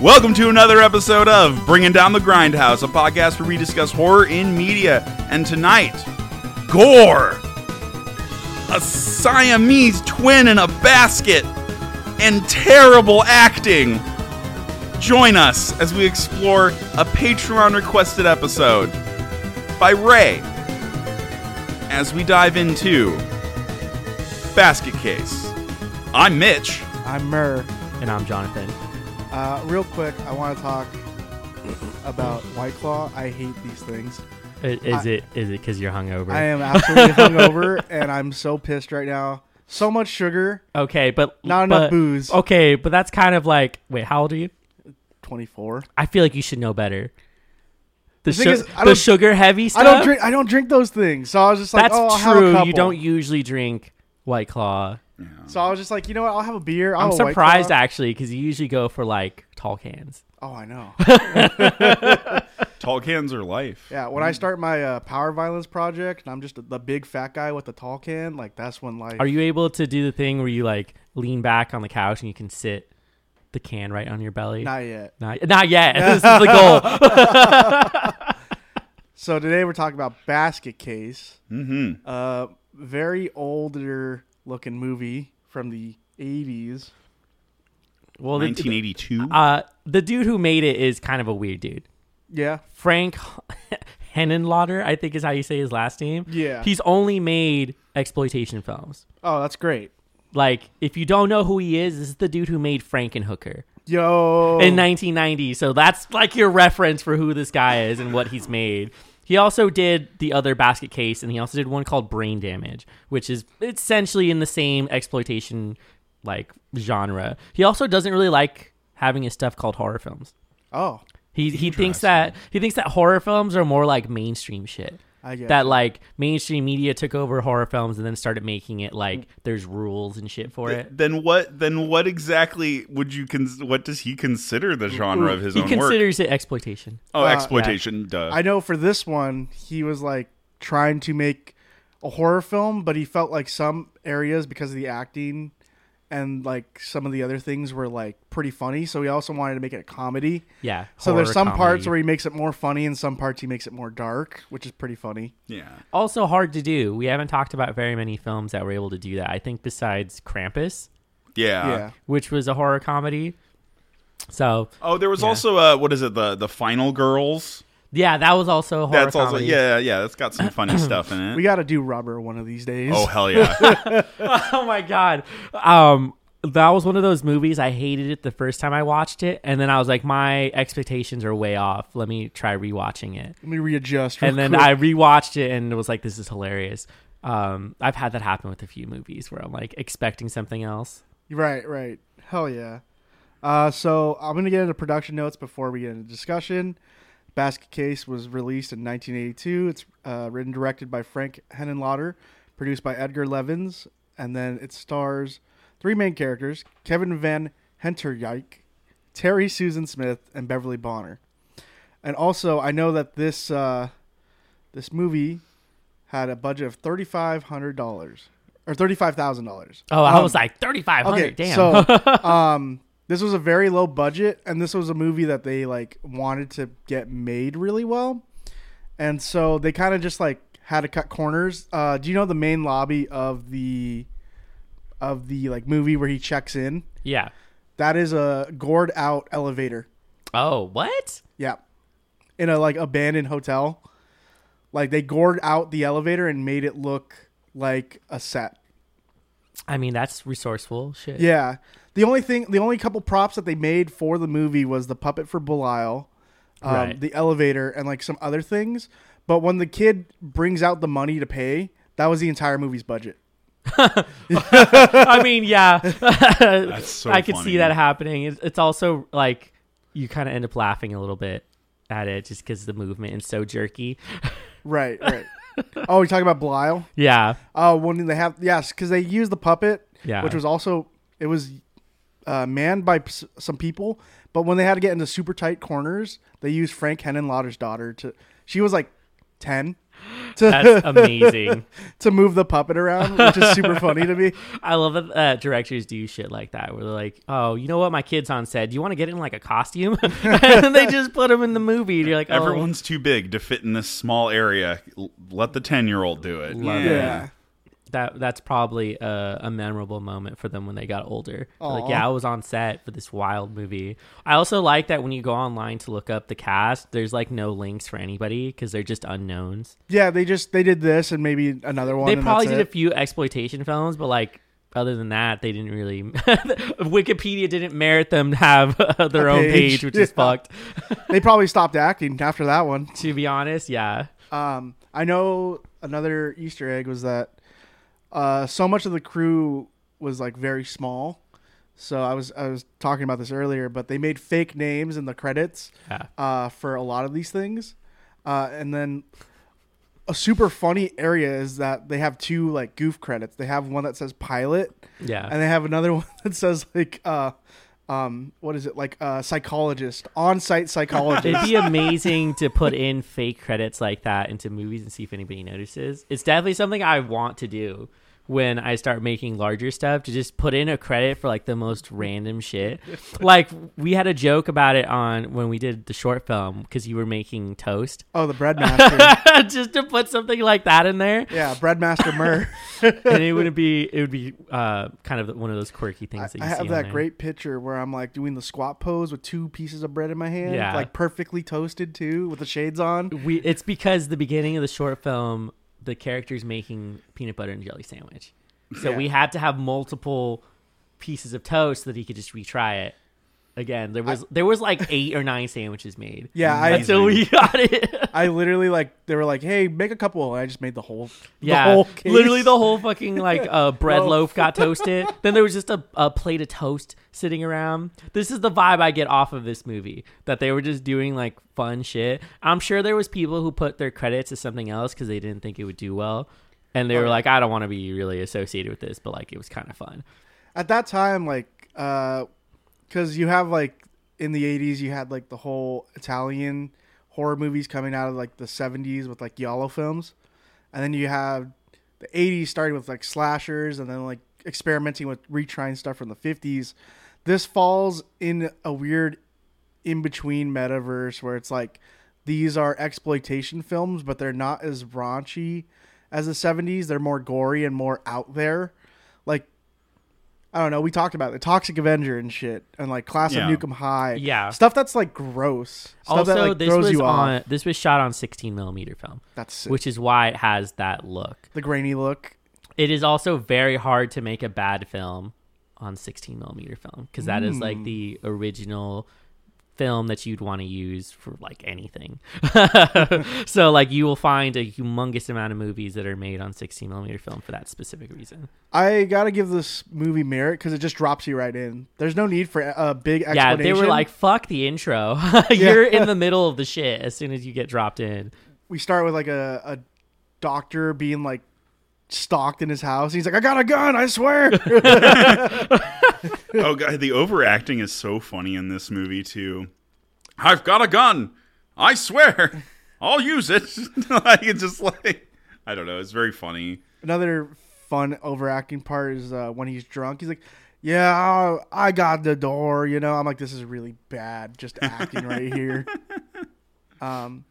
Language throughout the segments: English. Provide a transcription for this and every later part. Welcome to another episode of Bringing Down the Grindhouse, a podcast where we discuss horror in media. And tonight, gore, a Siamese twin in a basket, and terrible acting. Join us as we explore a Patreon requested episode by Ray as we dive into Basket Case. I'm Mitch. I'm Murr. And I'm Jonathan. Uh, real quick, I want to talk about White Claw. I hate these things. I- Is I- it is it because you're hungover? I am absolutely hungover, and I'm so pissed right now. So much sugar, okay, but not but- enough booze. Okay, but that's kind of like wait, how old are you? 24. I feel like you should know better. The, thing su- is, I the don't- sugar heavy stuff. I don't drink. I don't drink those things. So I was just like, that's oh, I'll have a true. You couple. don't usually drink White Claw. So I was just like, you know what? I'll have a beer. I'll I'm have a Oh, White surprised Claw. actually because you usually go for like tall cans. oh, I know. Tall cans are life. Yeah, when I start my uh, power violence project, and I'm just the big fat guy with the tall can. Like that's when like Are you able to do the thing where you like lean back on the couch and you can sit the can right on your belly? not yet. not, not yet. this is the goal. So today we're talking about Basket Case. Mm-hmm. uh, very older looking movie from the 80s. Well, the, 1982. uh, the dude who made it is kind of a weird dude. Yeah. Frank Henenlotter, I think is how you say his last name. Yeah. He's only made exploitation films. Oh, that's great. Like, if you don't know who he is, this is the dude who made Frankenhooker Yo. in 1990. So that's like your reference for who this guy is and what he's made. He also did the other basket case, and he also did one called Brain Damage, which is essentially in the same exploitation like genre. He also doesn't really like having his stuff called horror films. oh, He he thinks that he thinks that horror films are more like mainstream shit. I get That like mainstream media took over horror films and then started making it Mm. like there's rules and shit for it. then what? Then what exactly would you? Cons- what does he consider the genre of his He own work? considers it exploitation. Oh, Uh, exploitation. Duh. I know for this one, he was like trying to make a horror film, but he felt like some areas because of the acting and like some of the other things were like pretty funny. So he also wanted to make it a comedy. Yeah. So there's horror some parts comedy. where he makes it more funny and some parts he makes it more dark, which is pretty funny. yeah. also hard to do. We haven't talked about very many films that were able to do that. I think besides Krampus, yeah. yeah. which was a horror comedy. So Oh, there was also uh, what is it? The the Final Girls. yeah, that was also a horror That's also comedy. yeah yeah. That's got some funny stuff in it. We got to do rubber one of these days. oh hell yeah. oh my god um that was one of those movies i hated it the first time i watched it and then i was like my expectations are way off let me try rewatching it Let me readjust. real and then quick. i rewatched it and was like this is hilarious um i've had that happen with a few movies where i'm like expecting something else Right, right. Hell yeah. Uh, so I'm gonna get into production notes before we get into discussion. Basket Case was released in 1982. It's uh, written and directed by Frank Henenlotter, produced by Edgar Levins, and then it stars three main characters: Kevin Van Henteryike, Terry Susan Smith, and Beverly Bonner. And also, I know that this uh, this movie had a budget of thirty five hundred dollars or thirty five thousand dollars. oh i was like 3500 damn So, um, this was a very low budget, and this was a movie that they like wanted to get made really well, and so they kind of just like had to cut corners. Uh, do you know the main lobby of the of the like movie where he checks in? yeah That is a gored out elevator. oh what Yeah, in a like abandoned hotel. Like they gored out the elevator and made it look like a set. i mean that's resourceful shit Yeah. The only thing, the only couple props that they made for the movie was the puppet for Belial, um, Right. the elevator, and like some other things. But when the kid brings out the money to pay, that was the entire movie's budget. I mean, yeah. so I could funny. see that happening. It's, it's also like you kind of end up laughing a little bit at it just because the movement is so jerky. Right, right. oh, you talking about Belial? yeah. Oh, when they have yes, because they used the puppet, Yeah. which was also it was uh, manned by s- some people. But when they had to get into super tight corners, they used Frank Henenlotter's daughter to. She was like ten to That's amazing. to move the puppet around, which is super funny to me. I love that uh, directors do shit like that, where they're like, "Oh, you know what? My kid's on set. Do you want to get in like a costume?" and then they just put him in the movie. And you're like, oh, Everyone's too big to fit in this small area. L- Let the 10 year old do it. Love Yeah. that that's probably a, a memorable moment for them when they got older. They're Aw. Like, yeah, I was on set for this wild movie. I also like that when you go online to look up the cast, there's like no links for anybody because they're just unknowns. Yeah, they just they did this and maybe another one. They and probably that's did it. a few exploitation films, but like other than that, they didn't really. Wikipedia didn't merit them to have their A own page. page, which is Yeah. fucked. They probably stopped acting after that one. to be honest, yeah. Um, I know another Easter egg was that uh, so much of the crew was like very small. So I was I was talking about this earlier, but they made fake names in the credits Yeah. uh, for a lot of these things, uh, and then a super funny area is that they have two like goof credits. They have one that says pilot, Yeah. and they have another one that says like uh, um, what is it like uh, psychologist on site psychologist. It'd be amazing to put in fake credits like that into movies and see if anybody notices. It's definitely something I want to do when I start making larger stuff to just put in a credit for like the most random shit. Like we had a joke about it on when we did the short film because you were making toast. oh, the breadmaster. just to put something like that in there, yeah, breadmaster Murr. and it would be it would be uh, kind of one of those I, quirky things that you I see have on that there. great picture where I'm like doing the squat pose with two pieces of bread in my hand, Yeah. like perfectly toasted too, with the shades on. We it's because the beginning of the short film, the character's making peanut butter and jelly sandwich, so Yeah. we had to have multiple pieces of toast so that he could just retry it. Again, there was there was like eight or nine sandwiches made. Yeah, I Amazing. until we got it. I literally like they were like, "Hey, make a couple," and I just made the whole yeah, the whole case. literally the whole fucking like uh, bread Loaf. loaf got toasted. then there was just a, a plate of toast sitting around. This is the vibe I get off of this movie that they were just doing like fun shit. I'm sure there was people who put their credits as something else because they didn't think it would do well, and they were like, I don't want to be really associated with this, but like it was kind of fun. at that time like uh, because you have like in the 80s you had like the whole Italian horror movies coming out of like the 70s with like Giallo films, and then you have the 80s starting with like slashers and then like experimenting with retrying stuff from the 50s this falls in a weird in between metaverse where it's like these are exploitation films but they're not as raunchy as the 70s they're more gory and more out there like i don't know we talked about the toxic avenger and shit and like class Yeah. of nukem high Yeah. stuff that's like gross stuff also, that like this throws was you on off this was shot on 16 millimeter film, that's sick. which is why it has that look. the grainy look it is also very hard to make a bad film on 16 millimeter film because that is Hmm. like the original film that you'd want to use for like anything so like you will find a humongous amount of movies that are made on 16 millimeter film for that specific reason I gotta give this movie merit because it just drops you right in. There's no need for a big explanation. yeah they were like fuck the intro you're in the middle of the shit as soon as you get dropped in we start with like a, a doctor being like stalked in his house. He's like, I got a gun, I swear. oh god, the overacting is so funny in this movie too. I've got a gun. I swear, I'll use it. like it's just like I don't know. It's very funny. Another fun overacting part is uh, when he's drunk. He's like, Yeah, I got the door. You know, I'm like, this is really bad. Just acting right here. Um,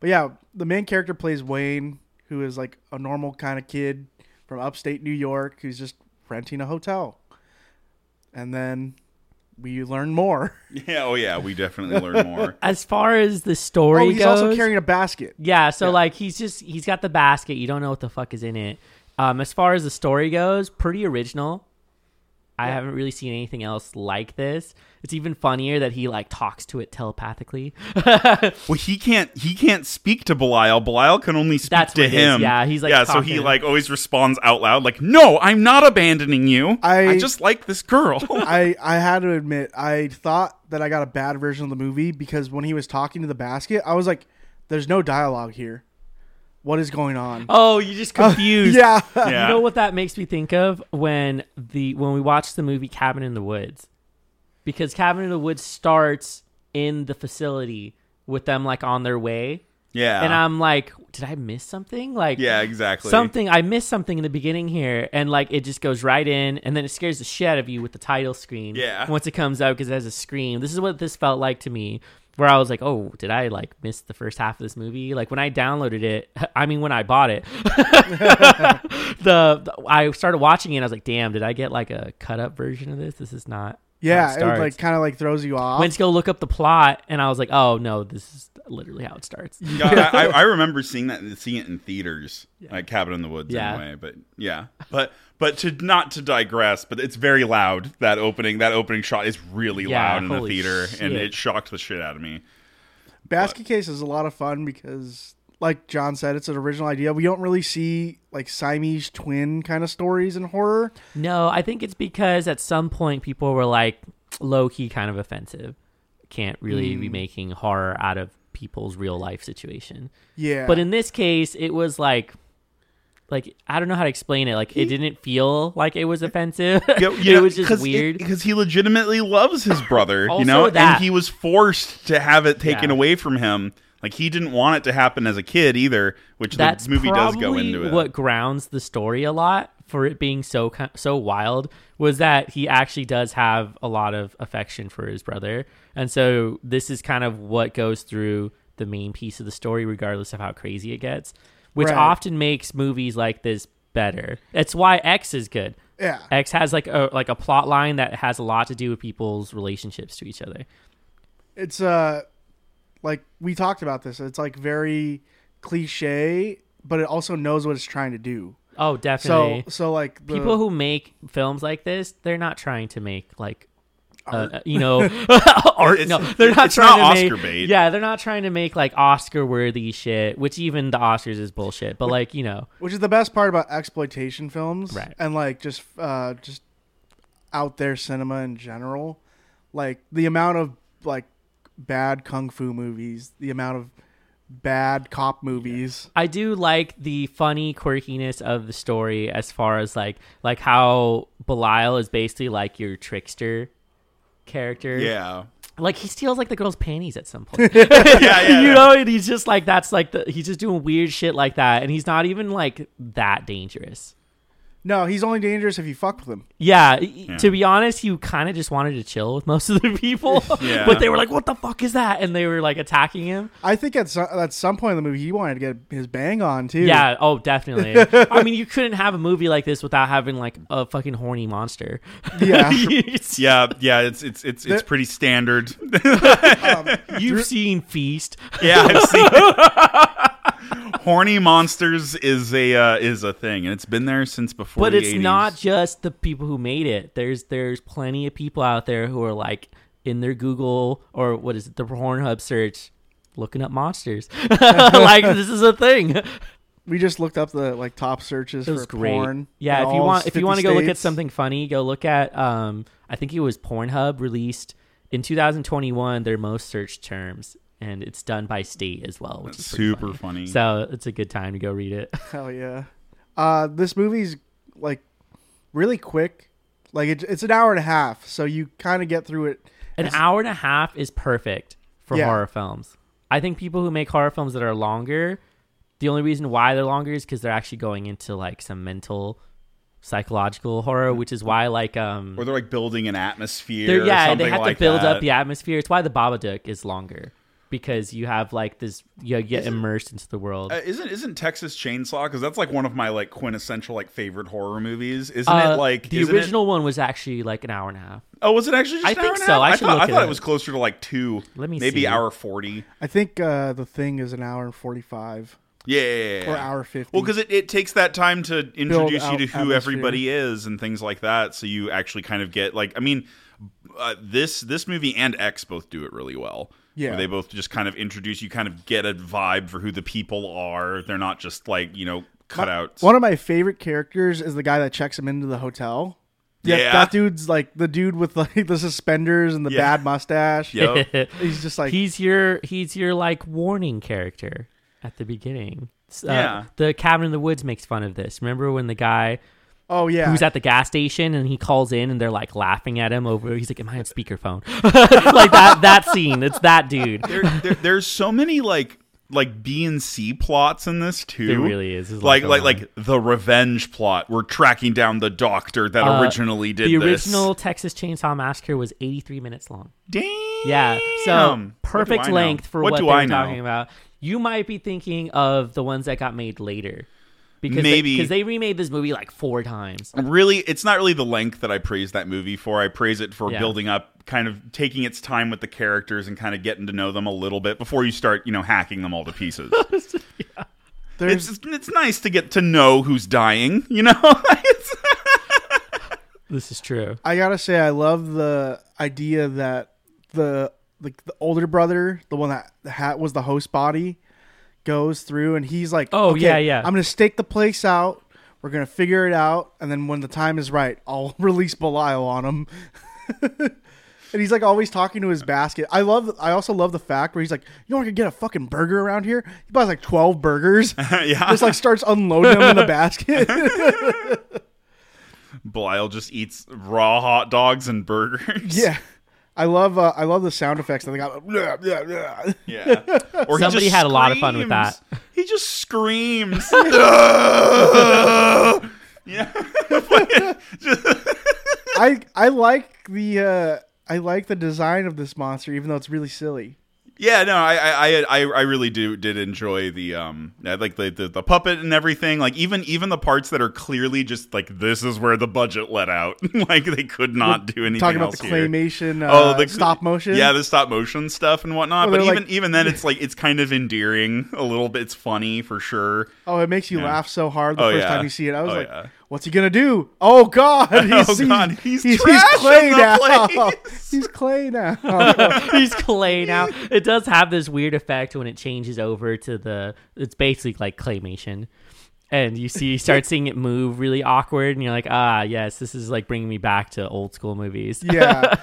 but yeah, the main character plays Wayne, who is like a normal kind of kid from upstate New York who's just renting a hotel. And then we learn more. Yeah. Oh yeah. We definitely learn more. as far as the story Oh, he's goes also carrying a basket. Yeah, so like he's just he's got the basket. You don't know what the fuck is in it. Um, as far as the story goes, pretty original. I haven't really seen anything else like this. It's even funnier that he like talks to it telepathically. Well, he can't. He can't speak to Belial. Belial can only speak That's to what it is. him. Yeah, he's, like, yeah. So he talking. like always responds out loud, like, "No, I'm not abandoning you. I- I just like this girl." I, I had to admit, I thought that I got a bad version of the movie because when he was talking to the basket, I was like, there's no dialogue here. What is going on? oh, you just confused. yeah. yeah. You know what that makes me think of when the when we watched the movie Cabin in the Woods, because Cabin in the Woods starts in the facility with them like on their way Yeah. and um, I'm like, did I miss something? Like, yeah, exactly. something I missed something in the beginning here, and like it just goes right in, and then it scares the shit out of you with the title screen. Yeah. once it comes out because it has a scream. This is what this felt like to me, where I was like, oh, did I like miss the first half of this movie? Like when I downloaded it, I mean when I bought it, the, the- I started watching it, and I was like, damn, did I get like a cut up version of this? This is not. how Yeah, it it, would, starts." like kind of like throws you off. went to go look up the plot, and I was like, oh no, this is literally how it starts. Yeah, I, I I remember seeing that seeing it in theaters, like Cabin in the Woods, Yeah. anyway. But yeah, but but to not to digress, but it's very loud. That opening, that opening shot is really Yeah, loud in the holy theater, and shit. it shocked the shit out of me. Basket Case is a lot of fun because, like John said, it's an original idea. We don't really see like Siamese twin kind of stories in horror. No, I think it's because at some point people were like low key kind of offensive. Can't really be making horror out of people's real life situation. Yeah, But in this case, it was like like I don't know how to explain it. Like it didn't feel like it was offensive. Yeah, it was just weird. because he legitimately loves his brother, you Also know, that. and he was forced to have it taken Yeah. away from him. Like he didn't want it to happen as a kid either, which That's the movie does probably go into it. what grounds the story a lot for it being so ki- so wild was that he actually does have a lot of affection for his brother, and so this is kind of what goes through the main piece of the story, regardless of how crazy it gets, which Right. often makes movies like this better. That's why X is good. yeah, X has like a like a plot line that has a lot to do with people's relationships to each other. it's uh, like we talked about this. It's like very cliche, but it also knows what it's trying to do. Oh, So definitely. so like the, people who make films like this, they're not trying to make like. Uh, you know, art. It's- no, they're not it's trying not to make- Oscar bait. Yeah, they're not trying to make like Oscar-worthy shit, which even the Oscars is bullshit. But like, you know, which is the best part about exploitation films Right. and like just uh just out there cinema in general like the amount of like bad kung fu movies the amount of bad cop movies I do like the funny quirkiness of the story as far as like like how Belial is basically like your trickster character. yeah, like he steals like the girl's panties at some point. yeah, yeah. you know, and he's just like that's like the he's just doing weird shit like that, and he's not even like that dangerous. no he's only dangerous if you fuck with him Yeah, y- to be honest, you kind of just wanted to chill with most of the people, Yeah. but they were like, "What the fuck is that?" and they were like attacking him. i think at some, at some point in the movie he wanted to get his bang on too Yeah, oh, definitely. I mean, you couldn't have a movie like this without having like a fucking horny monster. yeah It's- yeah, yeah. It's it's it's it's There- pretty standard. You've seen Feast. Yeah, I've seen it. Horny monsters is a uh, is a thing, and it's been there since before. But the it's 80s. not just the people who made it. There's there's plenty of people out there who are like in their Google or what is it, the Pornhub search, looking up monsters. like this is a thing. It we just looked up the like top searches was for great. porn yeah, in if you all want if 50 you want to go look at states. something funny, go look at um I think it was Pornhub released in 2021 their most searched terms and it's done by state as well, which is pretty super funny. funny. So it's a good time to go read it. Hell yeah. Uh, this movie's like really quick. Like it, it's an hour and a half, so you kind of get through it. An hour and a half is perfect for Yeah. horror films. I think people who make horror films that are longer, the only reason why they're longer is because they're actually going into like some mental, psychological horror, which is why like um, or they're like building an atmosphere. they're, or yeah, something they have like to build that. up the atmosphere. It's why the Babadook is longer because you have like this, you get immersed into the world. Uh, isn't isn't Texas Chainsaw because that's like one of my like quintessential like favorite horror movies? Isn't Uh, it like the isn't it- original one was actually like an hour and a half. oh, was it actually? Just I an hour think and a so. half? I should thought, look I it thought up. it was closer to like two. Let me maybe see. hour forty. I think uh, the thing is an hour and forty-five. Yeah, yeah, yeah. Or hour 50. Well, because it, it takes that time to introduce you out to who atmosphere. everybody is and things like that, so you actually kind of get like I mean, uh, this this movie and X both do it really well. Yeah. where they both just kind of introduce you, kind of get a vibe for who the people are. They're not just like you know cutouts. One of my favorite characters is the guy that checks him into the hotel. That- Yeah. that dude's like the dude with like the suspenders and the Yeah. bad mustache. Yep. he's just like he's your he's your like warning character at the beginning. S- uh, Yeah. The cabin in the woods makes fun of this. Remember when the guy oh yeah, who's at the gas station and he calls in and they're like laughing at him over he's like, Am I on speakerphone? like that that scene. It's that dude. there, there, there's so many like like B and C plots in this too. There really is. There's a lot like going like like the revenge plot. We're tracking down the doctor that Uh, originally did the this. original Texas Chainsaw Massacre was 83 minutes long. Damn. Yeah, What do so perfect I know? length for what, do they're I know? talking about. You might be thinking of the ones that got made later, because Maybe. because they, remade this movie like four times. Really, it's not really the length that I praise that movie for. I praise it for Yeah. building up, kind of taking its time with the characters and kind of getting to know them a little bit before you start, you know, hacking them all to pieces. There's it's it's nice to get to know who's dying, you know. It's- This is true. I gotta say, I love the idea that the the, the older brother, the one that ha- was the host body, goes through and he's like, Oh, "Okay, yeah, yeah. I'm gonna stake the place out. We're gonna figure it out, and then when the time is right, I'll release Belial on him." and he's like always talking to his basket. I love. I also love the fact where he's like, "You know, I could get a fucking burger around here." He buys like twelve burgers. yeah, Just like starts unloading them in the basket. Blyle just eats raw hot dogs and burgers. Yeah, I love uh, I love the sound effects that they got. Blah, blah, blah. yeah. Or he Somebody just had a lot of fun with screams. that. He just screams. yeah, I I like the uh, I like the design of this monster, even though it's really silly. yeah. No, I, I, I, I I really do did enjoy the um, I like the, the the puppet and everything. Like even even the parts that are clearly just like this is where the budget let out. like they could not do anything. Talking about else the here. claymation, oh uh, the stop motion. yeah the stop motion stuff and whatnot Oh, but they're even like- even then it's like it's kind of endearing a little bit it's funny for sure oh, it makes you laugh so hard the Oh, first yeah. time you see it. I was Oh, like, yeah. what's he gonna do? Oh God! He's, Oh, God, he's trashing clay the now. place. He's clay now. He's clay now. It does have this weird effect when it changes over to the. It's basically like claymation, and you see you start seeing it move really awkward, and you're like, ah, yes, this is like bringing me back to old school movies. yeah.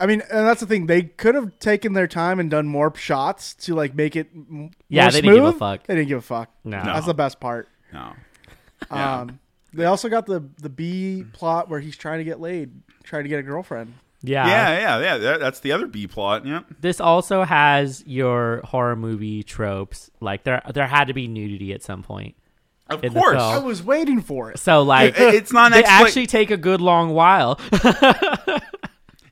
I mean, and that's the thing. They could have taken their time and done more shots to like make it. m- Yeah, more they didn't give a smooth. fuck. They didn't give a fuck. No. that's the best part. no Yeah. Um, they also got the the B plot where he's trying to get laid, trying to get a girlfriend. Yeah. yeah yeah yeah that, that's the other b plot yeah This also has your horror movie tropes. Like there, there had to be nudity at some point. of In the course I film. was waiting for it. So like, It- it's not they expla- Oh actually take a good long while.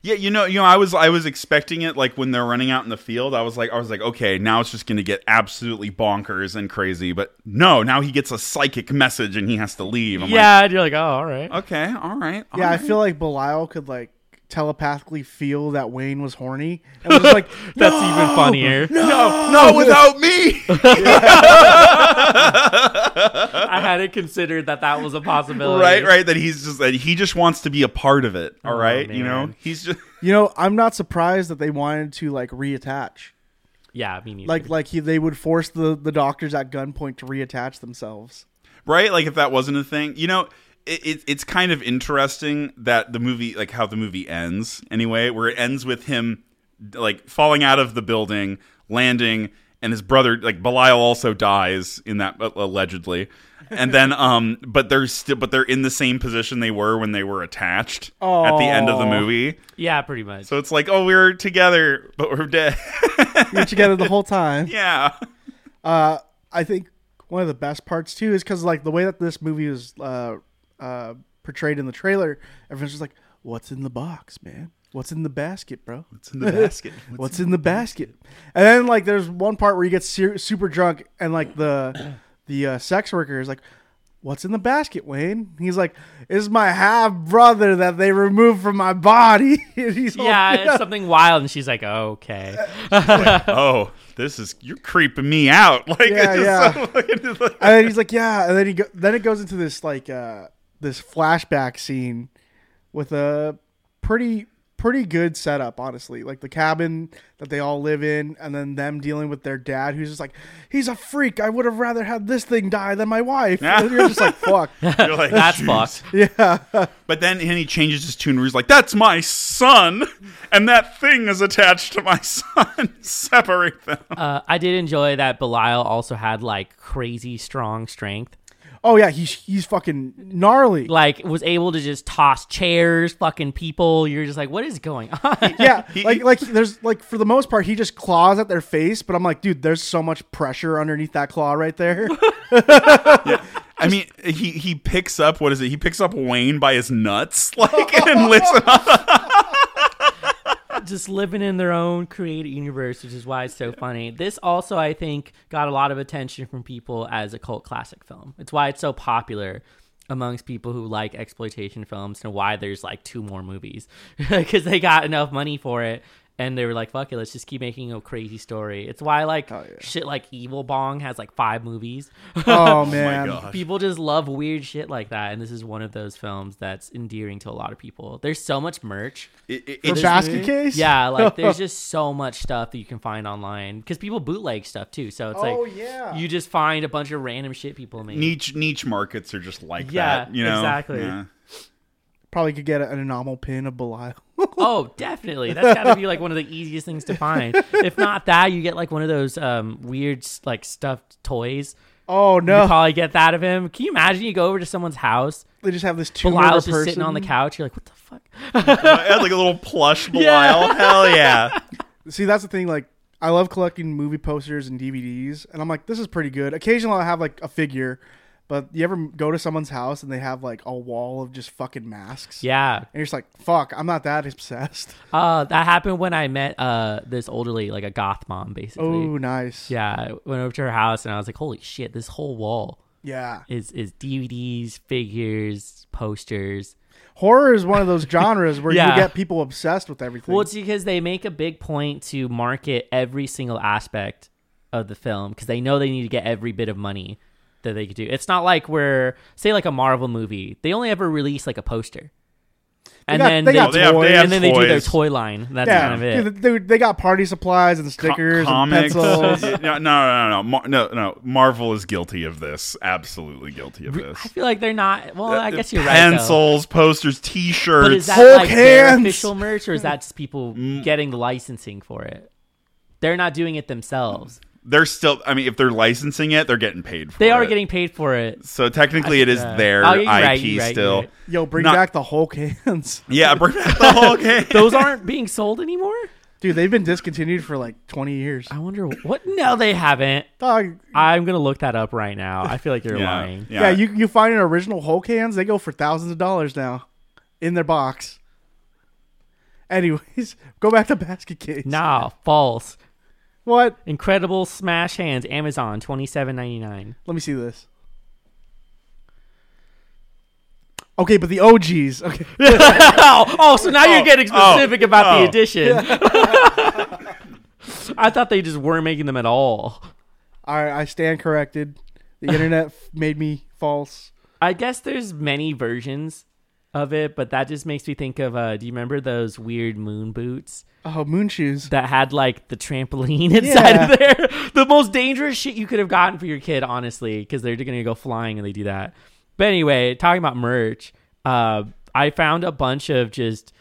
yeah you know you know i was i was expecting it like when they're running out in the field i was like i was like okay now it's just gonna get absolutely bonkers and crazy but no now he gets a psychic message and he has to leave i'm yeah, and you're like, oh, all right. like okay all right all Yeah, I right. feel like Belial could like telepathically feel that Wayne was horny. And was just like, That's even funnier. no no Oh, without me I hadn't considered that that was a possibility. right right that he's just that he just wants to be a part of it All Oh, right, you know man. he's just you know, I'm not surprised that they wanted to like reattach. Yeah, me neither. Like like he, they would force the the doctors at gunpoint to reattach themselves. right? Like if that wasn't a thing, you know, it, it, it's kind of interesting that the movie, like how the movie ends, anyway, where it ends with him like falling out of the building, landing, and his brother, like Belial, also dies in that uh, allegedly, and then um, but they're still, but they're in the same position they were when they were attached at the end of the Aw. movie. yeah, pretty much. So it's like, oh, we were together, but we're dead. You're together the whole time. yeah. Uh, I think one of the best parts too is because like the way that this movie was uh, uh, portrayed in the trailer, everyone's just like, "What's in the box, man? What's in the basket, bro? It's in the basket. What's in the basket?" And then like there's one part where he gets ser- super drunk and like the the uh, sex worker is like. What's in the basket, Wayne? He's like, "Is my half brother that they removed from my body?" And he's all- yeah, it's something wild, and she's like, okay. oh, this is you're creeping me out. Like, Yeah, it's just so- and then he's like, "Yeah," and then he go- then it goes into this like uh, this flashback scene with a pretty pretty good setup, honestly. Like the cabin that they all live in, and then them dealing with their dad, who's just like, "He's a freak. I would have rather had this thing die than my wife." And you're just like, "Fuck." You're like, That's "Jeez." fucked. But then and he changes his tune where he's like, That's my son and that thing is attached to my son. Separate them. Uh, I did enjoy that Belial also had like crazy strong strength. Oh yeah, he's he's fucking gnarly. Like was able to just toss chairs, fucking people. You're just like, what is going on? yeah, like like there's like for the most part he just claws at their face, but I'm like, dude, there's so much pressure underneath that claw right there. Oh, I mean, he he picks up what is it? He picks up Wayne by his nuts, like and lifts him up. just living in their own created universe, which is why it's so funny. This also, I think, got a lot of attention from people as a cult classic film. It's why it's so popular amongst people who like exploitation films and why there's like two more movies because they got enough money for it. And they were like, fuck it, let's just keep making a crazy story. It's why, like, shit like Evil Bong has like five movies. oh man, gosh. people just love weird shit like that. And this is one of those films that's endearing to a lot of people. There's so much merch. It- it- for it's- basket case. Yeah, like there's just so much stuff that you can find online because people bootleg stuff too. So it's Oh, like yeah. you just find a bunch of random shit people make. niche niche markets are just like Yeah, that, you know. exactly. Yeah. probably could get an enamel pin of Belial. Oh, definitely. That's got to be like one of the easiest things to find. if not that, you get like one of those um, weird like stuffed toys. oh You no, probably get that of him. Can you imagine? You go over to someone's house, they just have this two Belial's person just sitting on the couch. You're like, what the fuck? I had like a little plush Belial. Hell yeah. See, that's the thing. Like, I love collecting movie posters and DVDs, and I'm like, this is pretty good. Occasionally, I'll have like a figure, but you ever go to someone's house and they have like a wall of just fucking masks? Yeah, And you're just like, fuck, I'm not that obsessed. uh, that happened when I met uh, this elderly, like a goth mom, basically. Oh, nice. Yeah, I went over to her house and I was like, holy shit, this whole wall Yeah. is is DVDs, figures, posters. Horror is one of those genres where Yeah. you get people obsessed with everything. Well, it's because they make a big point to market every single aspect of the film because they know they need to get every bit of money that they could do. It's not like we're say like a Marvel movie; they only ever release like a poster, and got- then they they, got They have- they toys. have and then they do their toys. toy line. That's yeah, kind of it. Dude, dude, they got party supplies and stickers and Comics. pencils. no, no, no, no, Mar- no, no. Marvel is guilty of this. Absolutely guilty of this. I feel like they're not. Well, I guess you're right. though. Pencils, posters, T-shirts. But is that Hulk like their hands. official merch, or is that just people getting the licensing for it? They're not doing it themselves. they're still. I mean, if they're licensing it, they're getting paid for. They are it. getting paid for it. So technically, it is uh, their oh, IP you're right, you're right, still. you're right. Yo, bring Not- back the Hulk hands. Yeah, bring back the whole game. Those aren't being sold anymore. Dude, they've been discontinued for like 20 years. I wonder what. No, they haven't. Dog, I'm gonna look that up right now. I feel like you're yeah, lying. Yeah, you you find an original Hulk hands, they go for thousands of dollars now in their box. Anyways, go back to basket case. Nah, false. What? Incredible Smash Hands, Amazon, twenty seven ninety nine. Let me see this. Okay, but the OGs. Okay. oh, oh, so now you're getting oh, specific about oh. the edition. I thought they just weren't making them at all. I I stand corrected. The internet f- made me false. I guess there's many versions of it, but that just makes me think of uh do you remember those weird moon boots Oh, moon shoes. that had like the trampoline inside Yeah. of there? The most dangerous shit you could have gotten for your kid, honestly, because they're gonna go flying and they do that. But anyway, talking about merch, uh I found a bunch of just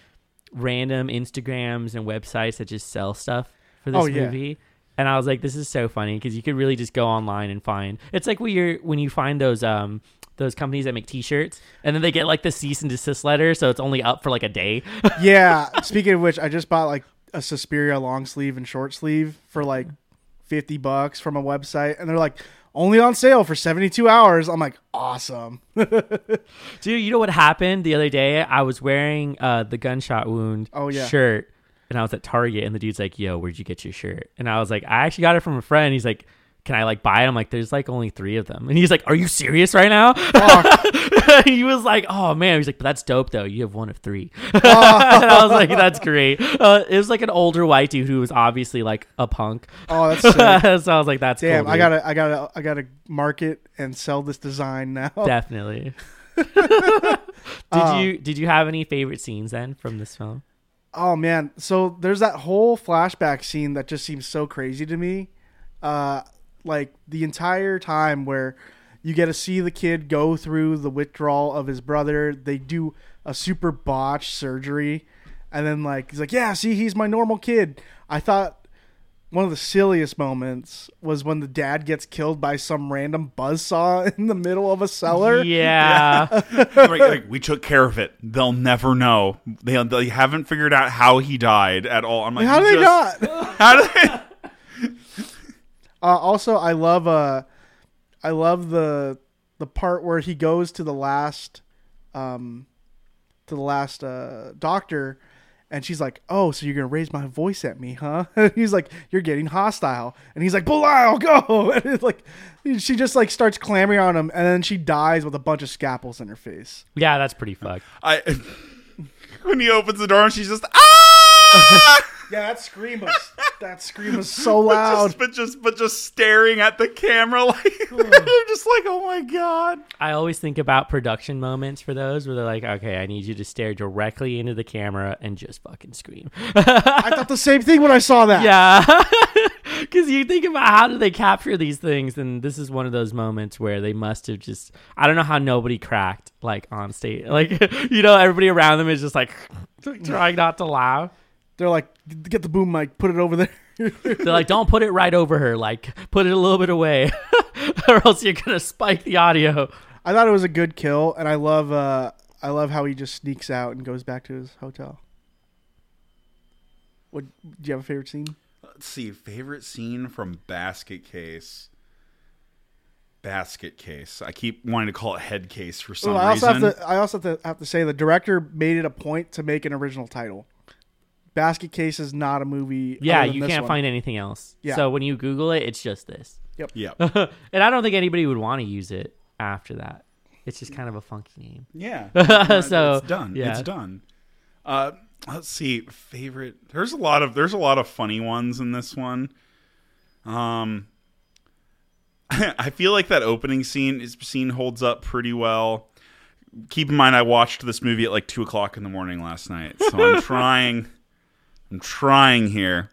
random Instagrams and websites that just sell stuff for this Oh, yeah. movie. And I was like, this is so funny because you could really just go online and find. It's like when you're when you find those um those companies that make T-shirts and then they get like the cease and desist letter, so it's only up for like a day. yeah. Speaking of which, I just bought like a Suspiria long sleeve and short sleeve for like 50 bucks from a website and they're like only on sale for 72 hours. I'm like, "Awesome." Dude, you know what happened the other day? I was wearing uh the gunshot wound Oh, yeah. shirt. And I was at Target, and the dude's like, "Yo, where'd you get your shirt?" And I was like, "I actually got it from a friend." He's like, "Can I like buy it?" I'm like, "There's like only three of them." And he's like, "Are you serious right now?" he was like, "Oh man," he's like, "But that's dope though. You have one of three. and I was like, "That's great." Uh, it was like an older white dude who was obviously like a punk. Oh, that's so sick. I was like, "That's Damn, cool, I dude." gotta, I gotta, I gotta market and sell this design now. definitely." did you did you have any favorite scenes then from this film? Oh man, so there's that whole flashback scene that just seems so crazy to me. Uh, like the entire time where you get to see the kid go through the withdrawal of his brother. They do a super botch surgery, and then like he's like, "Yeah, see, he's my normal kid." I thought one of the silliest moments was when the dad gets killed by some random buzzsaw in the middle of a cellar. Yeah. Like- like, we took care of it. They'll never know. They, they haven't figured out how he died at all. I'm like, How do you they just- not? How do they? Uh, also, I love uh, I love the the part where he goes to the last, um, to the last uh, doctor, and she's like, "Oh, so you're gonna raise my voice at me, huh?" And he's like, "You're getting hostile," and he's like, "Belial, go!" And it's like, she just like starts clamming on him, and then she dies with a bunch of scalpels in her face. yeah, that's pretty fucked. I when he opens the door and she's just ah, Yeah, that scream was that scream was so But loud. just, but just but just staring at the camera like I'm Hmm. just like oh my god. I always think about production moments for those where they're like, okay, I need you to stare directly into the camera and just fucking scream. I thought the same thing when I saw that. yeah. Because you think about how do they capture these things, and this is one of those moments where they must have just, I don't know how nobody cracked like on stage. Like, you know, everybody around them is just like trying not to laugh. they're like, "Get the boom mic, put it over there." They're like, don't put it right over her. Like, put it a little bit away, or else you're gonna spike the audio. I thought it was a good kill, and I love uh, I love how he just sneaks out and goes back to his hotel. What do you have a favorite scene? Let's see favorite scene from Basket Case. Basket Case. I keep wanting to call it Head Case for some Ooh, I also reason. have to I also have to, have to say the director made it a point to make an original title. Basket Case is not a movie. Yeah, other than you this can't one. find anything else. Yeah. So when you Google it, it's just this. yeah. and I don't think anybody would want to use it after that. It's just kind of a funky name. Yeah. So, it's done. yeah. It's done. Uh, let's see. Favorite. There's a lot of there's a lot of funny ones in this one. Um, I feel like that opening scene is scene holds up pretty well. Keep in mind, I watched this movie at like two o'clock in the morning last night, so I'm trying. I'm trying here.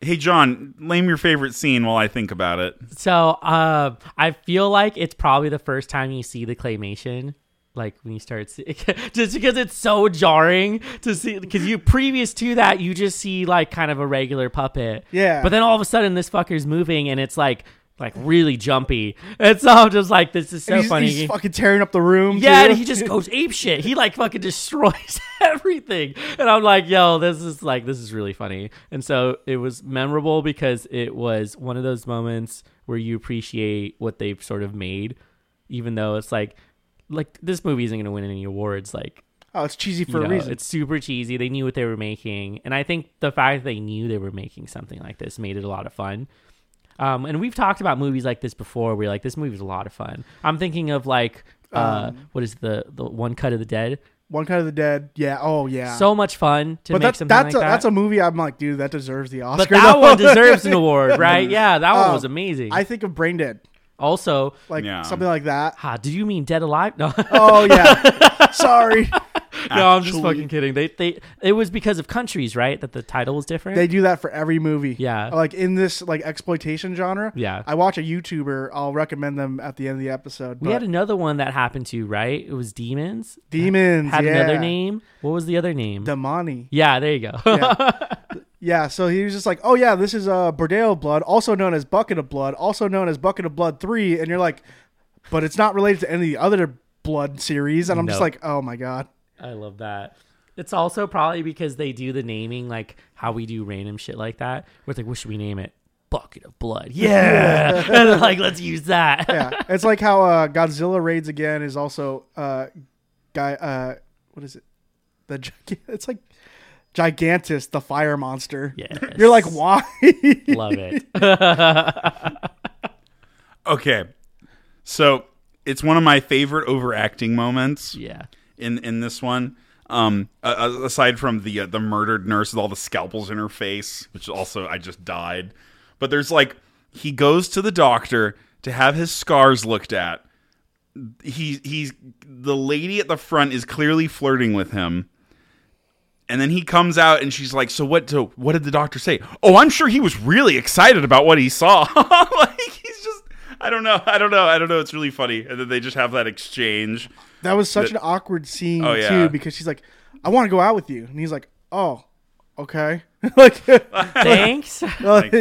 Hey, John, name your favorite scene while I think about it. So uh, I feel like it's probably the first time you see the claymation. Like when you start, see- just because it's so jarring to see, because you previous to that you just see like kind of a regular puppet, Yeah. But then all of a sudden this fucker's moving and it's like like really jumpy, and so I'm just like, this is so He's, funny. he's fucking tearing up the room. Yeah, too. and he just goes ape shit. He like fucking destroys everything. And I'm like, yo, this is like this is really funny. And so it was memorable because it was one of those moments where you appreciate what they've sort of made, even though it's like like this movie isn't gonna win any awards, like oh, it's cheesy for you a know, reason. It's super cheesy. They knew what they were making, and I think the fact that they knew they were making something like this made it a lot of fun. Um, and we've talked about movies like this before. Where you're like, this movie was a lot of fun. I'm thinking of like, uh, Um, what is the the one cut of the dead? One Cut of the Dead. Yeah. Oh yeah. So much fun to but make that's something that's like a, that. that's a movie I'm like, dude, that deserves the Oscar. but that though. one deserves an award, right? Yeah, that one was amazing. I think of Brain Dead, also, like Yeah. something like that. ah, do you mean Dead Alive? No. Oh yeah. Sorry. no, I'm just Actually- fucking kidding. They, they, it was because of countries, right? That the title was different. They Oh, do that for every movie. Yeah. Like in this like exploitation genre. Yeah. I watch a YouTuber. I'll recommend them at the end of the episode. we but had another one that happened to, right? It was Demons. demons. had yeah. another name. What was the other name? Damani. yeah, there you go. Yeah. So he was just like, oh yeah, this is uh, Bordeaux Blood, also known as Bucket of Blood, also known as Bucket of Blood Three, and you're like, but it's not related to any of the other Blood series, and I'm just No. like, oh my god. I love that. It's also probably because they do the naming like how we do random shit like that. We're like, what should we name it? Bucket of blood. Yeah. and they're like, let's use that. Yeah. it's like how uh, Godzilla raids again is also uh, guy. Uh, what is it? The giga- it's like Gigantus, the fire monster. Yes. You're like, why? love it. Okay, so it's one of my favorite overacting moments. Yeah. in in this one. Um, uh, aside from the uh, the murdered nurse with all the scalpels in her face, which also I just died. But there's like he goes to the doctor to have his scars looked at. He he's the lady at the front is clearly flirting with him. And then he comes out and she's like, "So what? So what did the doctor say?" Oh, I'm sure he was really excited about what he saw. like he's just, I don't know, I don't know, I don't know. It's really funny, and then they just have that exchange. that was such an awkward scene Oh, yeah. too, because she's like, I want to go out with you, and he's like, oh, okay. like, Thanks. like,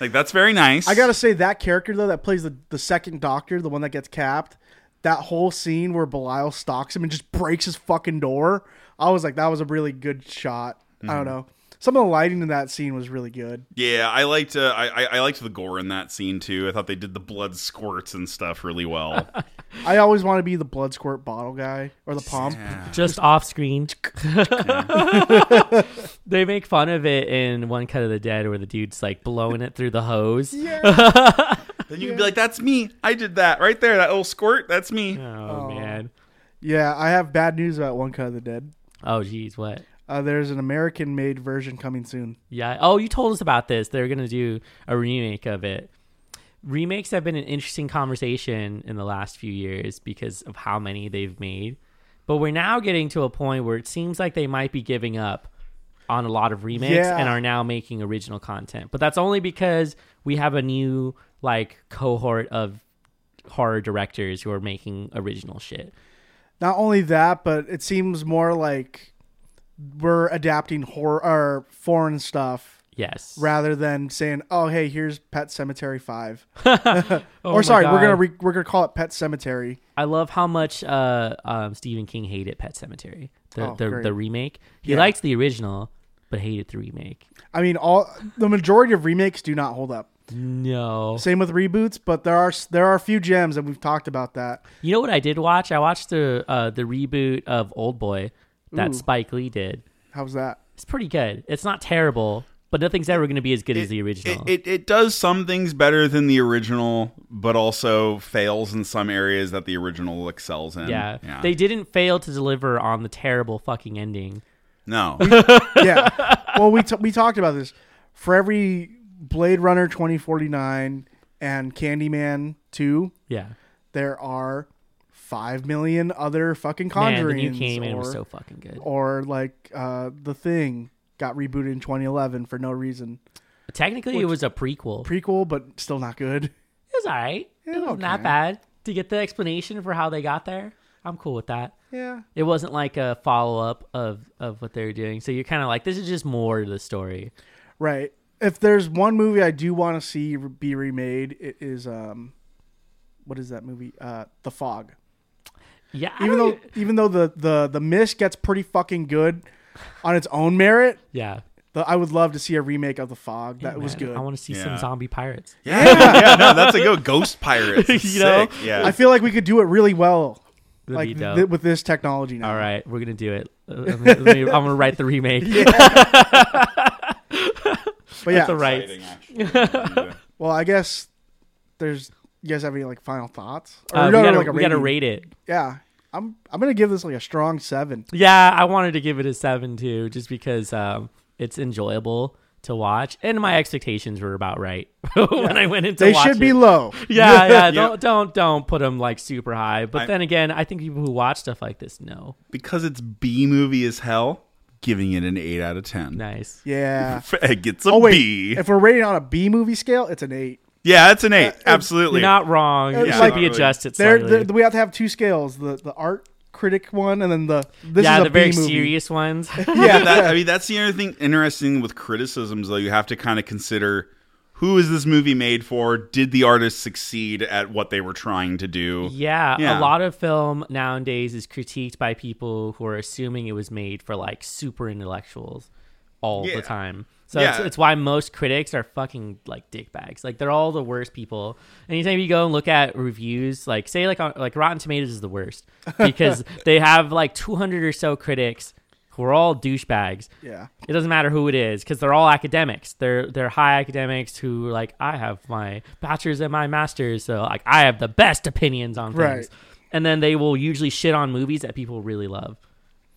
Like that's very nice. I gotta say that character though that plays the, the second doctor, the one that gets capped, that whole scene where Belial stalks him and just breaks his fucking door. I was like, that was a really good shot. I don't know. Some of the lighting in that scene was really good. Yeah, I liked uh, I I- I liked the gore in that scene too. I thought they did the blood squirts and stuff really well. I always want to be the blood squirt bottle guy or the pump. just off screen. they make fun of it in One Cut of the Dead where the dude's like blowing it through the hose. Yeah. Then you can be like, "That's me. I did that right there. That little squirt. That's me." Oh, man. yeah, I have bad news about One Cut of the Dead. Oh geez, what? Uh, there's an American made version coming soon. Yeah. Oh, you told us about this. They're gonna do a remake of it. Remakes have been an interesting conversation in the last few years because of how many they've made. But we're now getting to a point where it seems like they might be giving up on a lot of remakes Yeah. and are now making original content. But that's only because we have a new like cohort of horror directors who are making original shit. Not only that, but it seems more like we're adapting horror or foreign stuff Yes. rather than saying, "Oh, hey, here's Pet Cemetery 5. Oh my or sorry, we're God. gonna re- we're gonna call it Pet Cemetery. I love how much uh, um, Stephen King hated Pet Cemetery, the Oh, the, great. the remake. He Yeah. liked the original, but hated the remake. I mean, all the majority of remakes do not hold up. No, Same with reboots, but there are s- there are a few gems, and we've talked about that. you know what I did watch? I watched the uh, the reboot of Old Boy that Spike Lee did. How's that? It's pretty good. It's not terrible, but nothing's ever going to be as good as the It, original. it it does some things better than the original, but also fails in some areas that the original excels in. yeah. they didn't fail to deliver on the terrible fucking ending. no. Yeah. well, we t- we talked about this. For every Blade Runner twenty forty nine and Candyman two, Yeah, there are five million other fucking man, the Conjuring new Candyman was or, so fucking good. or like uh, the Thing got rebooted in twenty eleven for no reason. Technically, it was a prequel. Prequel, but still not good. It was all right. It was not okay. bad. To get the explanation for how they got there, I'm cool with that. Yeah. It wasn't like a follow up of, of what they were doing. So you're kind of like, this is just more to the story. Right. If there's one movie I do want to see re- be remade, it is um, what is that movie? Uh, The Fog. Yeah. I Even don't though e- even though the the the mist gets pretty fucking good on its own merit, yeah. the, I would love to see a remake of The Fog. That was Man, good. I want to see Yeah. some zombie pirates. Yeah, yeah, no, that's a go ghost pirates. It's You know? sick. yeah. I feel like we could do it really well, That'd like be dope. th- with this technology now. all right, we're going to do it. Uh, let me- let me- I'm going to write the remake. But yeah, the right. Exciting, actually. well, I guess there's. You guys have any like final thoughts? Or Uh, you we don't have, gotta, like, a we gotta rating? rate it. Yeah, I'm. I'm gonna give this like a strong seven. Yeah, I wanted to give it a seven too, just because um, it's enjoyable to watch, and my expectations were about right when I went into. They should be low. yeah, yeah. Yeah. Don't don't don't put them like super high. But I- then again, I think people who watch stuff like this know. because it's B movie as hell, giving it an eight out of ten. Nice. Yeah. It gets a Oh wait, B. if we're rating on a B movie scale, it's an eight. yeah, it's an eight. Uh, You're Absolutely. not wrong. It Yeah, should not be really. adjusted There, slightly. there- we have to have two scales: the the art critic one, and then the this yeah, is a the very B movie. serious ones. yeah, that, I mean that's the other thing interesting with criticisms though. You have to kind of consider who is this movie made for? Did the artist succeed at what they were trying to do? yeah, Yeah. a lot of film nowadays is critiqued by people who are assuming it was made for like super intellectuals all Yeah. the time. So Yeah. it's, it's why most critics are fucking like dickbags. Like they're all the worst people. Anytime you go and look at reviews, like say like on, like Rotten Tomatoes is the worst because they have like 200 or so critics who are all douchebags. Yeah. It doesn't matter who it is because they're all academics. They're they're high academics who are like I have my bachelor's and my master's, so like I have the best opinions on things. Right. And then they will usually shit on movies that people really love.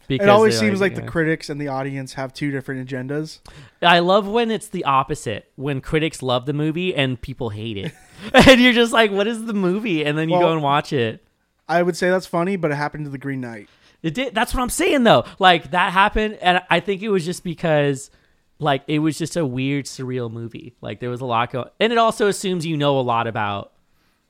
Because It always they're seems like yeah. the critics and the audience have two different agendas. I love when it's the opposite when critics love the movie and people hate it, and you're just like, what is the movie? And then you Well- go and watch it. I would say that's funny, but it happened to the Green Knight. It did. That's what I'm saying though. Like that happened, and I think it was just because, like, it was just a weird, surreal movie. Like there was a lot going, and it also assumes you know a lot about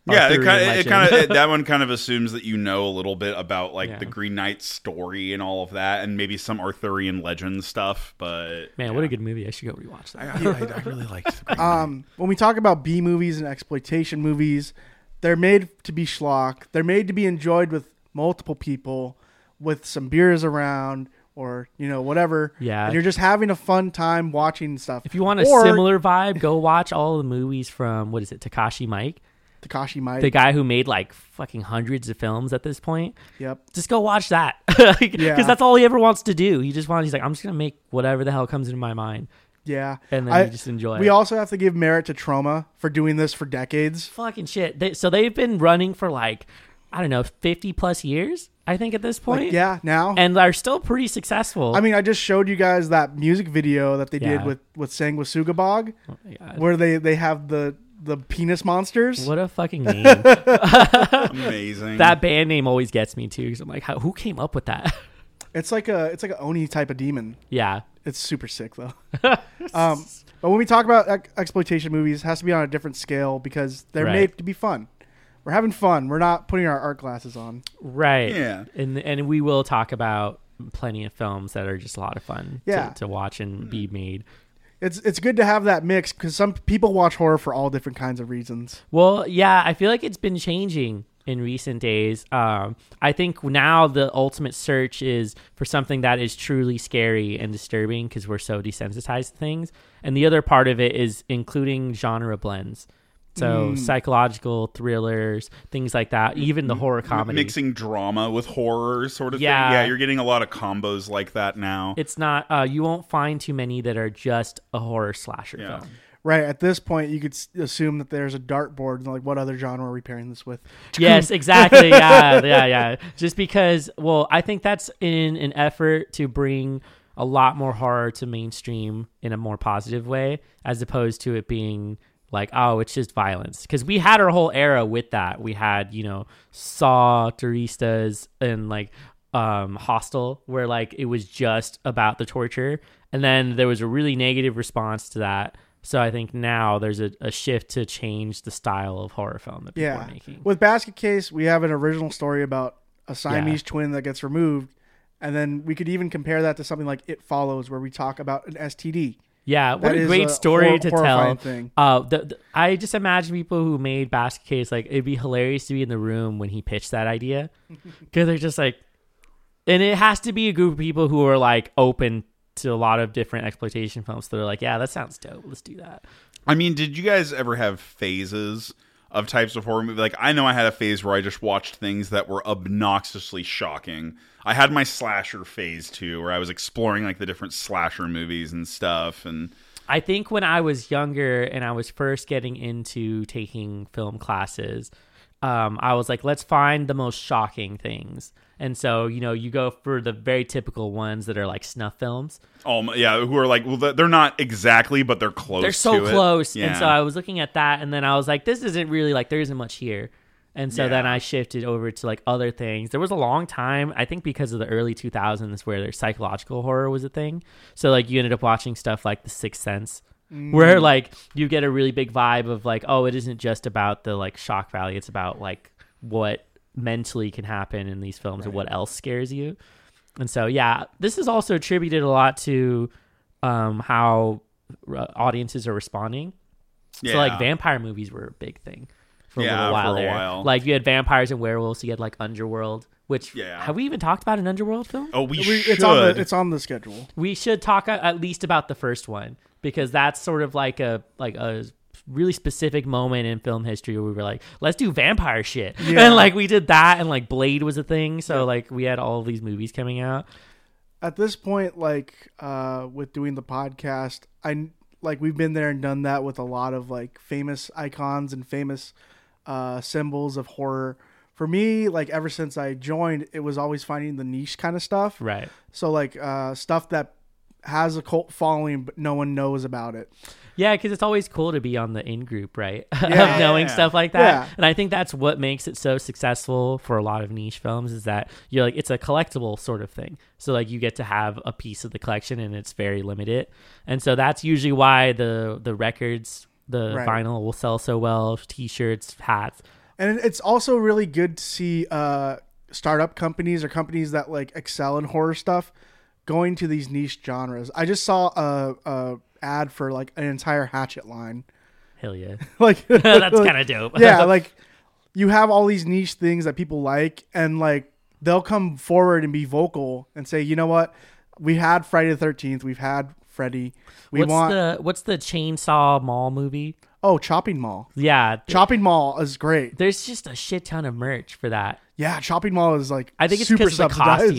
Yeah, it Arthurian kind of it legend. kind of that one kind of assumes that you know a little bit about like Yeah. the Green Knight's story and all of that, and maybe some Arthurian legend stuff. But Man, what a good movie! I should go rewatch I, uh, that. I, I really liked. The Green Knight. Um, when we talk about B movies and exploitation movies, they're made to be schlock. They're made to be enjoyed with multiple people, with some beers around, or you know whatever. Yeah. and you're just having a fun time watching stuff. If you want a Or- similar vibe, go watch all the movies from what is it, Takashi Mike, Takashi Mike. the guy who made like fucking hundreds of films at this point. yep. Just go watch that because Yeah. that's all he ever wants to do. He just wants. He's like, I'm just gonna make whatever the hell comes into my mind, Yeah. and then I- you just enjoy. we it. also have to give merit to Trauma for doing this for decades. fucking shit. They, so they've been running for like I don't know, 50 plus years, I think at this point. Like, yeah. Now. And are still pretty successful. I mean, I just showed you guys that music video that they Yeah. did with with Sangwasugabog, God. where they they have the the penis monsters. what a fucking name. Amazing. that band name always gets me too cuz I'm like, how, who came up with that? It's like a it's like a oni type of demon. yeah. It's super sick though. um, but when we talk about ex- exploitation movies, it has to be on a different scale because they're Right. made to be fun. We're having fun. We're not putting our art glasses on. Right. Yeah. And and we will talk about plenty of films that are just a lot of fun to- Yeah. Mm. to, watch and be made. It's it's good to have that mix because some people watch horror for all different kinds of reasons. Well, yeah, I feel like it's been changing in recent days. Um, I think now the ultimate search is for something that is truly scary and disturbing because we're so desensitized to things. And the other part of it is including genre blends. So psychological thrillers, things like that, even the horror comedy. Mixing drama with horror, sort of Yeah. thing. Yeah, you're getting a lot of combos like that now. It's not uh, you won't find too many that are just a horror slasher Yeah. film. Right at this point, you could s- assume that there's a dartboard and like what other genre are we pairing this with? Yes, exactly. Yeah, yeah, yeah. Just because, well, I think that's in an effort to bring a lot more horror to mainstream in a more positive way, as opposed to it being like, oh, it's just violence. Because we had our whole era with that. We had, you know, Saw, Turistas, and like um Hostel, where like it was just about the torture. And then there was a really negative response to that. So I think now there's a, a shift to change the style of horror film that people Yeah. are making. With Basket Case, we have an original story about a Siamese twin that gets removed. And then we could even compare that to something like It Follows, where we talk about an STD. Yeah, what That a is great a story hor- to tell. horrifying thing. Uh, the, the- I just imagine people who made Basket Case like it'd be hilarious to be in the room when he pitched that idea because they're just like, and it has to be a group of people who are like open to a lot of different exploitation films. So they're like, yeah, that sounds dope. Let's do that. I mean, did you guys ever have phases of types of horror movie? Like, I know I had a phase where I just watched things that were obnoxiously shocking. I had my slasher phase too, where I was exploring like the different slasher movies and stuff. And I think when I was younger and I was first getting into taking film classes, um, I was like, let's find the most shocking things. And so, you know, you go for the very typical ones that are like snuff films. oh my- yeah, who are like, well, th- they're not exactly, but they're close. They're so to it. close. Yeah. And so I was looking at that and then I was like, this isn't really like there isn't much here. And so then Yeah. I shifted over to like other things. There was a long time, I think because of the early 2000s where their psychological horror was a thing. So like you ended up watching stuff like The Sixth Sense Mm. where like you get a really big vibe of like oh it isn't just about the like shock value, it's about like what mentally can happen in these films and what else scares you. And so, yeah, this is also attributed a lot to um, how r- audiences are responding. yeah. So, like, vampire movies were a big thing for a Yeah, little while for a there. while. Like, you had vampires and werewolves. You had like Underworld, which Yeah. have we even talked about an Underworld film? Oh, we, We- should. it's, on the, it's on the schedule. We should talk a- at least about the first one because that's sort of like a like a really specific moment in film history where we were like, let's do vampire shit, and like we did that, and like Blade was a thing. So like we had all these movies coming out. At this point, like uh, with doing the podcast, I like we've been there and done that with a lot of like famous icons and famous uh, symbols of horror. For me, like ever since I joined, it was always finding the niche kind of stuff. Right. So like uh, stuff that has a cult following, but no one knows about it. Yeah, because it's always cool to be on the in group, right? Yeah. of knowing stuff like that, Yeah. and I think that's what makes it so successful for a lot of niche films is that you're like it's a collectible sort of thing. So like you get to have a piece of the collection, and it's very limited, and so that's usually why the the records, the Right. vinyl will sell so well, t-shirts, hats. And it's also really good to see uh, startup companies or companies that like excel in horror stuff going to these niche genres. I just saw a, a ad for like an entire Hatchet line. Hell yeah. Like That's kind of dope. yeah, like you have all these niche things that people like, and like they'll come forward and be vocal and say, you know what, we had Friday the Thirteenth, we've had Freddy, we what's want the what's the chainsaw mall movie? oh Chopping Mall. Yeah. Chopping Mall is great. There's just a shit ton of merch for that. Yeah, Chopping Mall is like I think it's super because of the subsidized.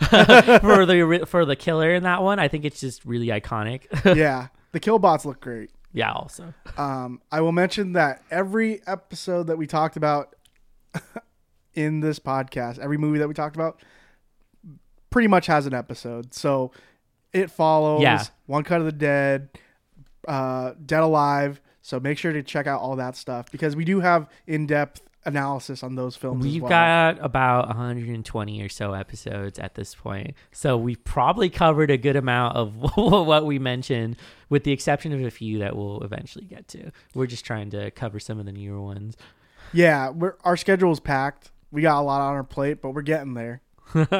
costume for the ri- for the killer in that one. I think it's just really iconic. yeah, the Killbots look great. yeah, also Um, I will mention that every episode that we talked about in this podcast, every movie that we talked about, pretty much has an episode. So it follows Yeah. One Cut of the Dead, uh, Dead Alive. So make sure to check out all that stuff because we do have in depth analysis on those films. as we've well. got about 120 or so episodes at this point, so we've probably covered a good amount of what we mentioned, with the exception of a few that we'll eventually get to. We're just trying to cover some of the newer ones. yeah, we're, our schedule is packed. We got a lot on our plate, but we're getting there. and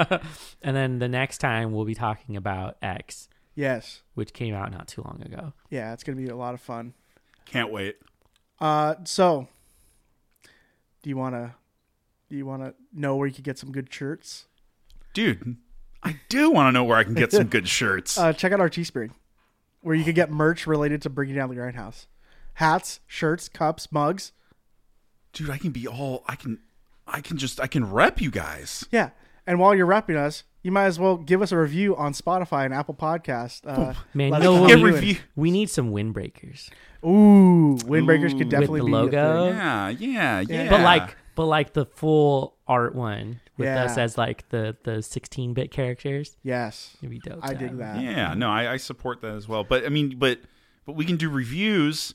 then the next time we'll be talking about X, Yes, which came out not too long ago. yeah, it's gonna be a lot of fun. Can't wait. Uh, so do you want to do you want to know where you could get some good shirts? Dude, I do want to know where I can get some good shirts. Uh, check out our Teespring, where you could get merch related to bringing down the grindhouse, hats, shirts, cups, mugs. Dude, I can be all I can I can just I can rep you guys. Yeah, and while you're wrapping us, you might as well give us a review on Spotify and Apple Podcast. Uh, Man, let you us know know what how Get you're doing. review. We need some windbreakers, Ooh, windbreakers could Ooh. definitely With be the a logo. thing. Yeah, yeah, yeah. uh, but like, but like the full art one with Yeah. us as like the the 16 bit characters. Yes, It'd be dope. I to have. dig that. Yeah, no, I, I support that as well. But I mean, but but we can do reviews.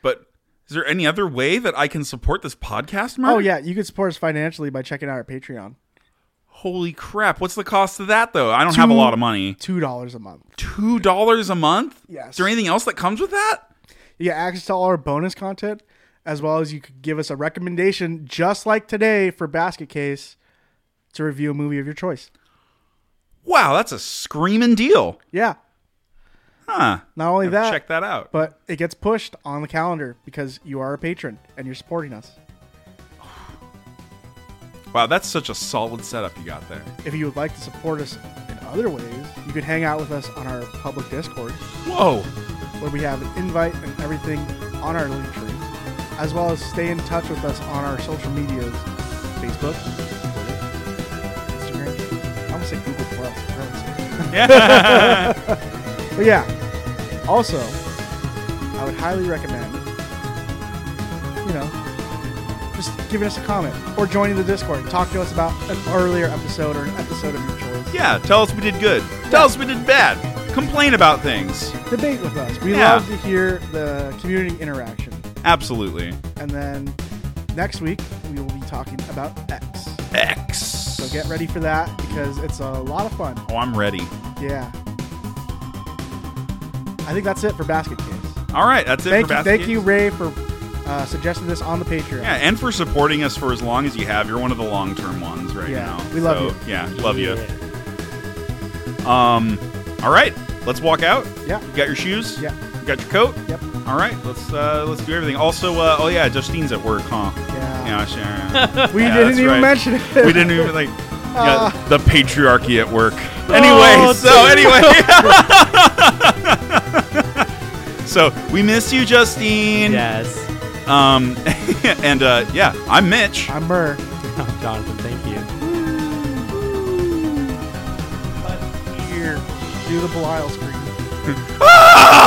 But is there any other way that I can support this podcast, Mark? Oh yeah, you could support us financially by checking out our Patreon. Holy crap! What's the cost of that though? I don't have a lot of money. Two dollars a month. Two dollars a month. Yes. Is there anything else that comes with that? You get access to all our bonus content, as well as you could give us a recommendation, just like today for Basket Case, to review a movie of your choice. Wow, that's a screaming deal, Yeah. huh? Not only Gotta that, check that out. but it gets pushed on the calendar because you are a patron and you're supporting us. Wow, that's such a solid setup you got there. If you would like to support us in other ways, you could hang out with us on our public Discord, Whoa. where we have an invite and everything on our link tree, as well as stay in touch with us on our social medias Facebook, Twitter, Instagram. I almost said Google Plus. I don't say it. But yeah, also, I would highly recommend, you know, just giving us a comment or joining the Discord. Talk to us about an earlier episode or an episode of your choice. yeah, tell us we did good. Tell us we did bad. Complain about things. Debate with us. We Yeah. love to hear the community interaction. Absolutely. And then next week, we will be talking about X. X. So get ready for that because it's a lot of fun. Oh, I'm ready. Yeah. I think that's it for Basket Case. All right, that's it Thank for you, Basket thank you, Ray, for uh, suggesting this on the Patreon. Yeah, and for supporting us for as long as you have. You're one of the long term ones right Yeah, now. we love So, you. Yeah, love Yeah. you. Um, all right, let's walk out. Yeah. You got your shoes. Yeah. You got your coat. Yep. All right, let's uh, let's do everything. Also, uh, oh yeah, Justine's at work, huh? Yeah. Yeah, sure. We Yeah, didn't that's even right. mention it. we didn't even like yeah, Ah. the patriarchy at work. Anyway, Oh, so anyway. so we miss you, Justine. Yes. Um, and uh, yeah, I'm Mitch. I'm Murr. Oh, Jonathan, thank you. Here, do the Belial screen. Ah!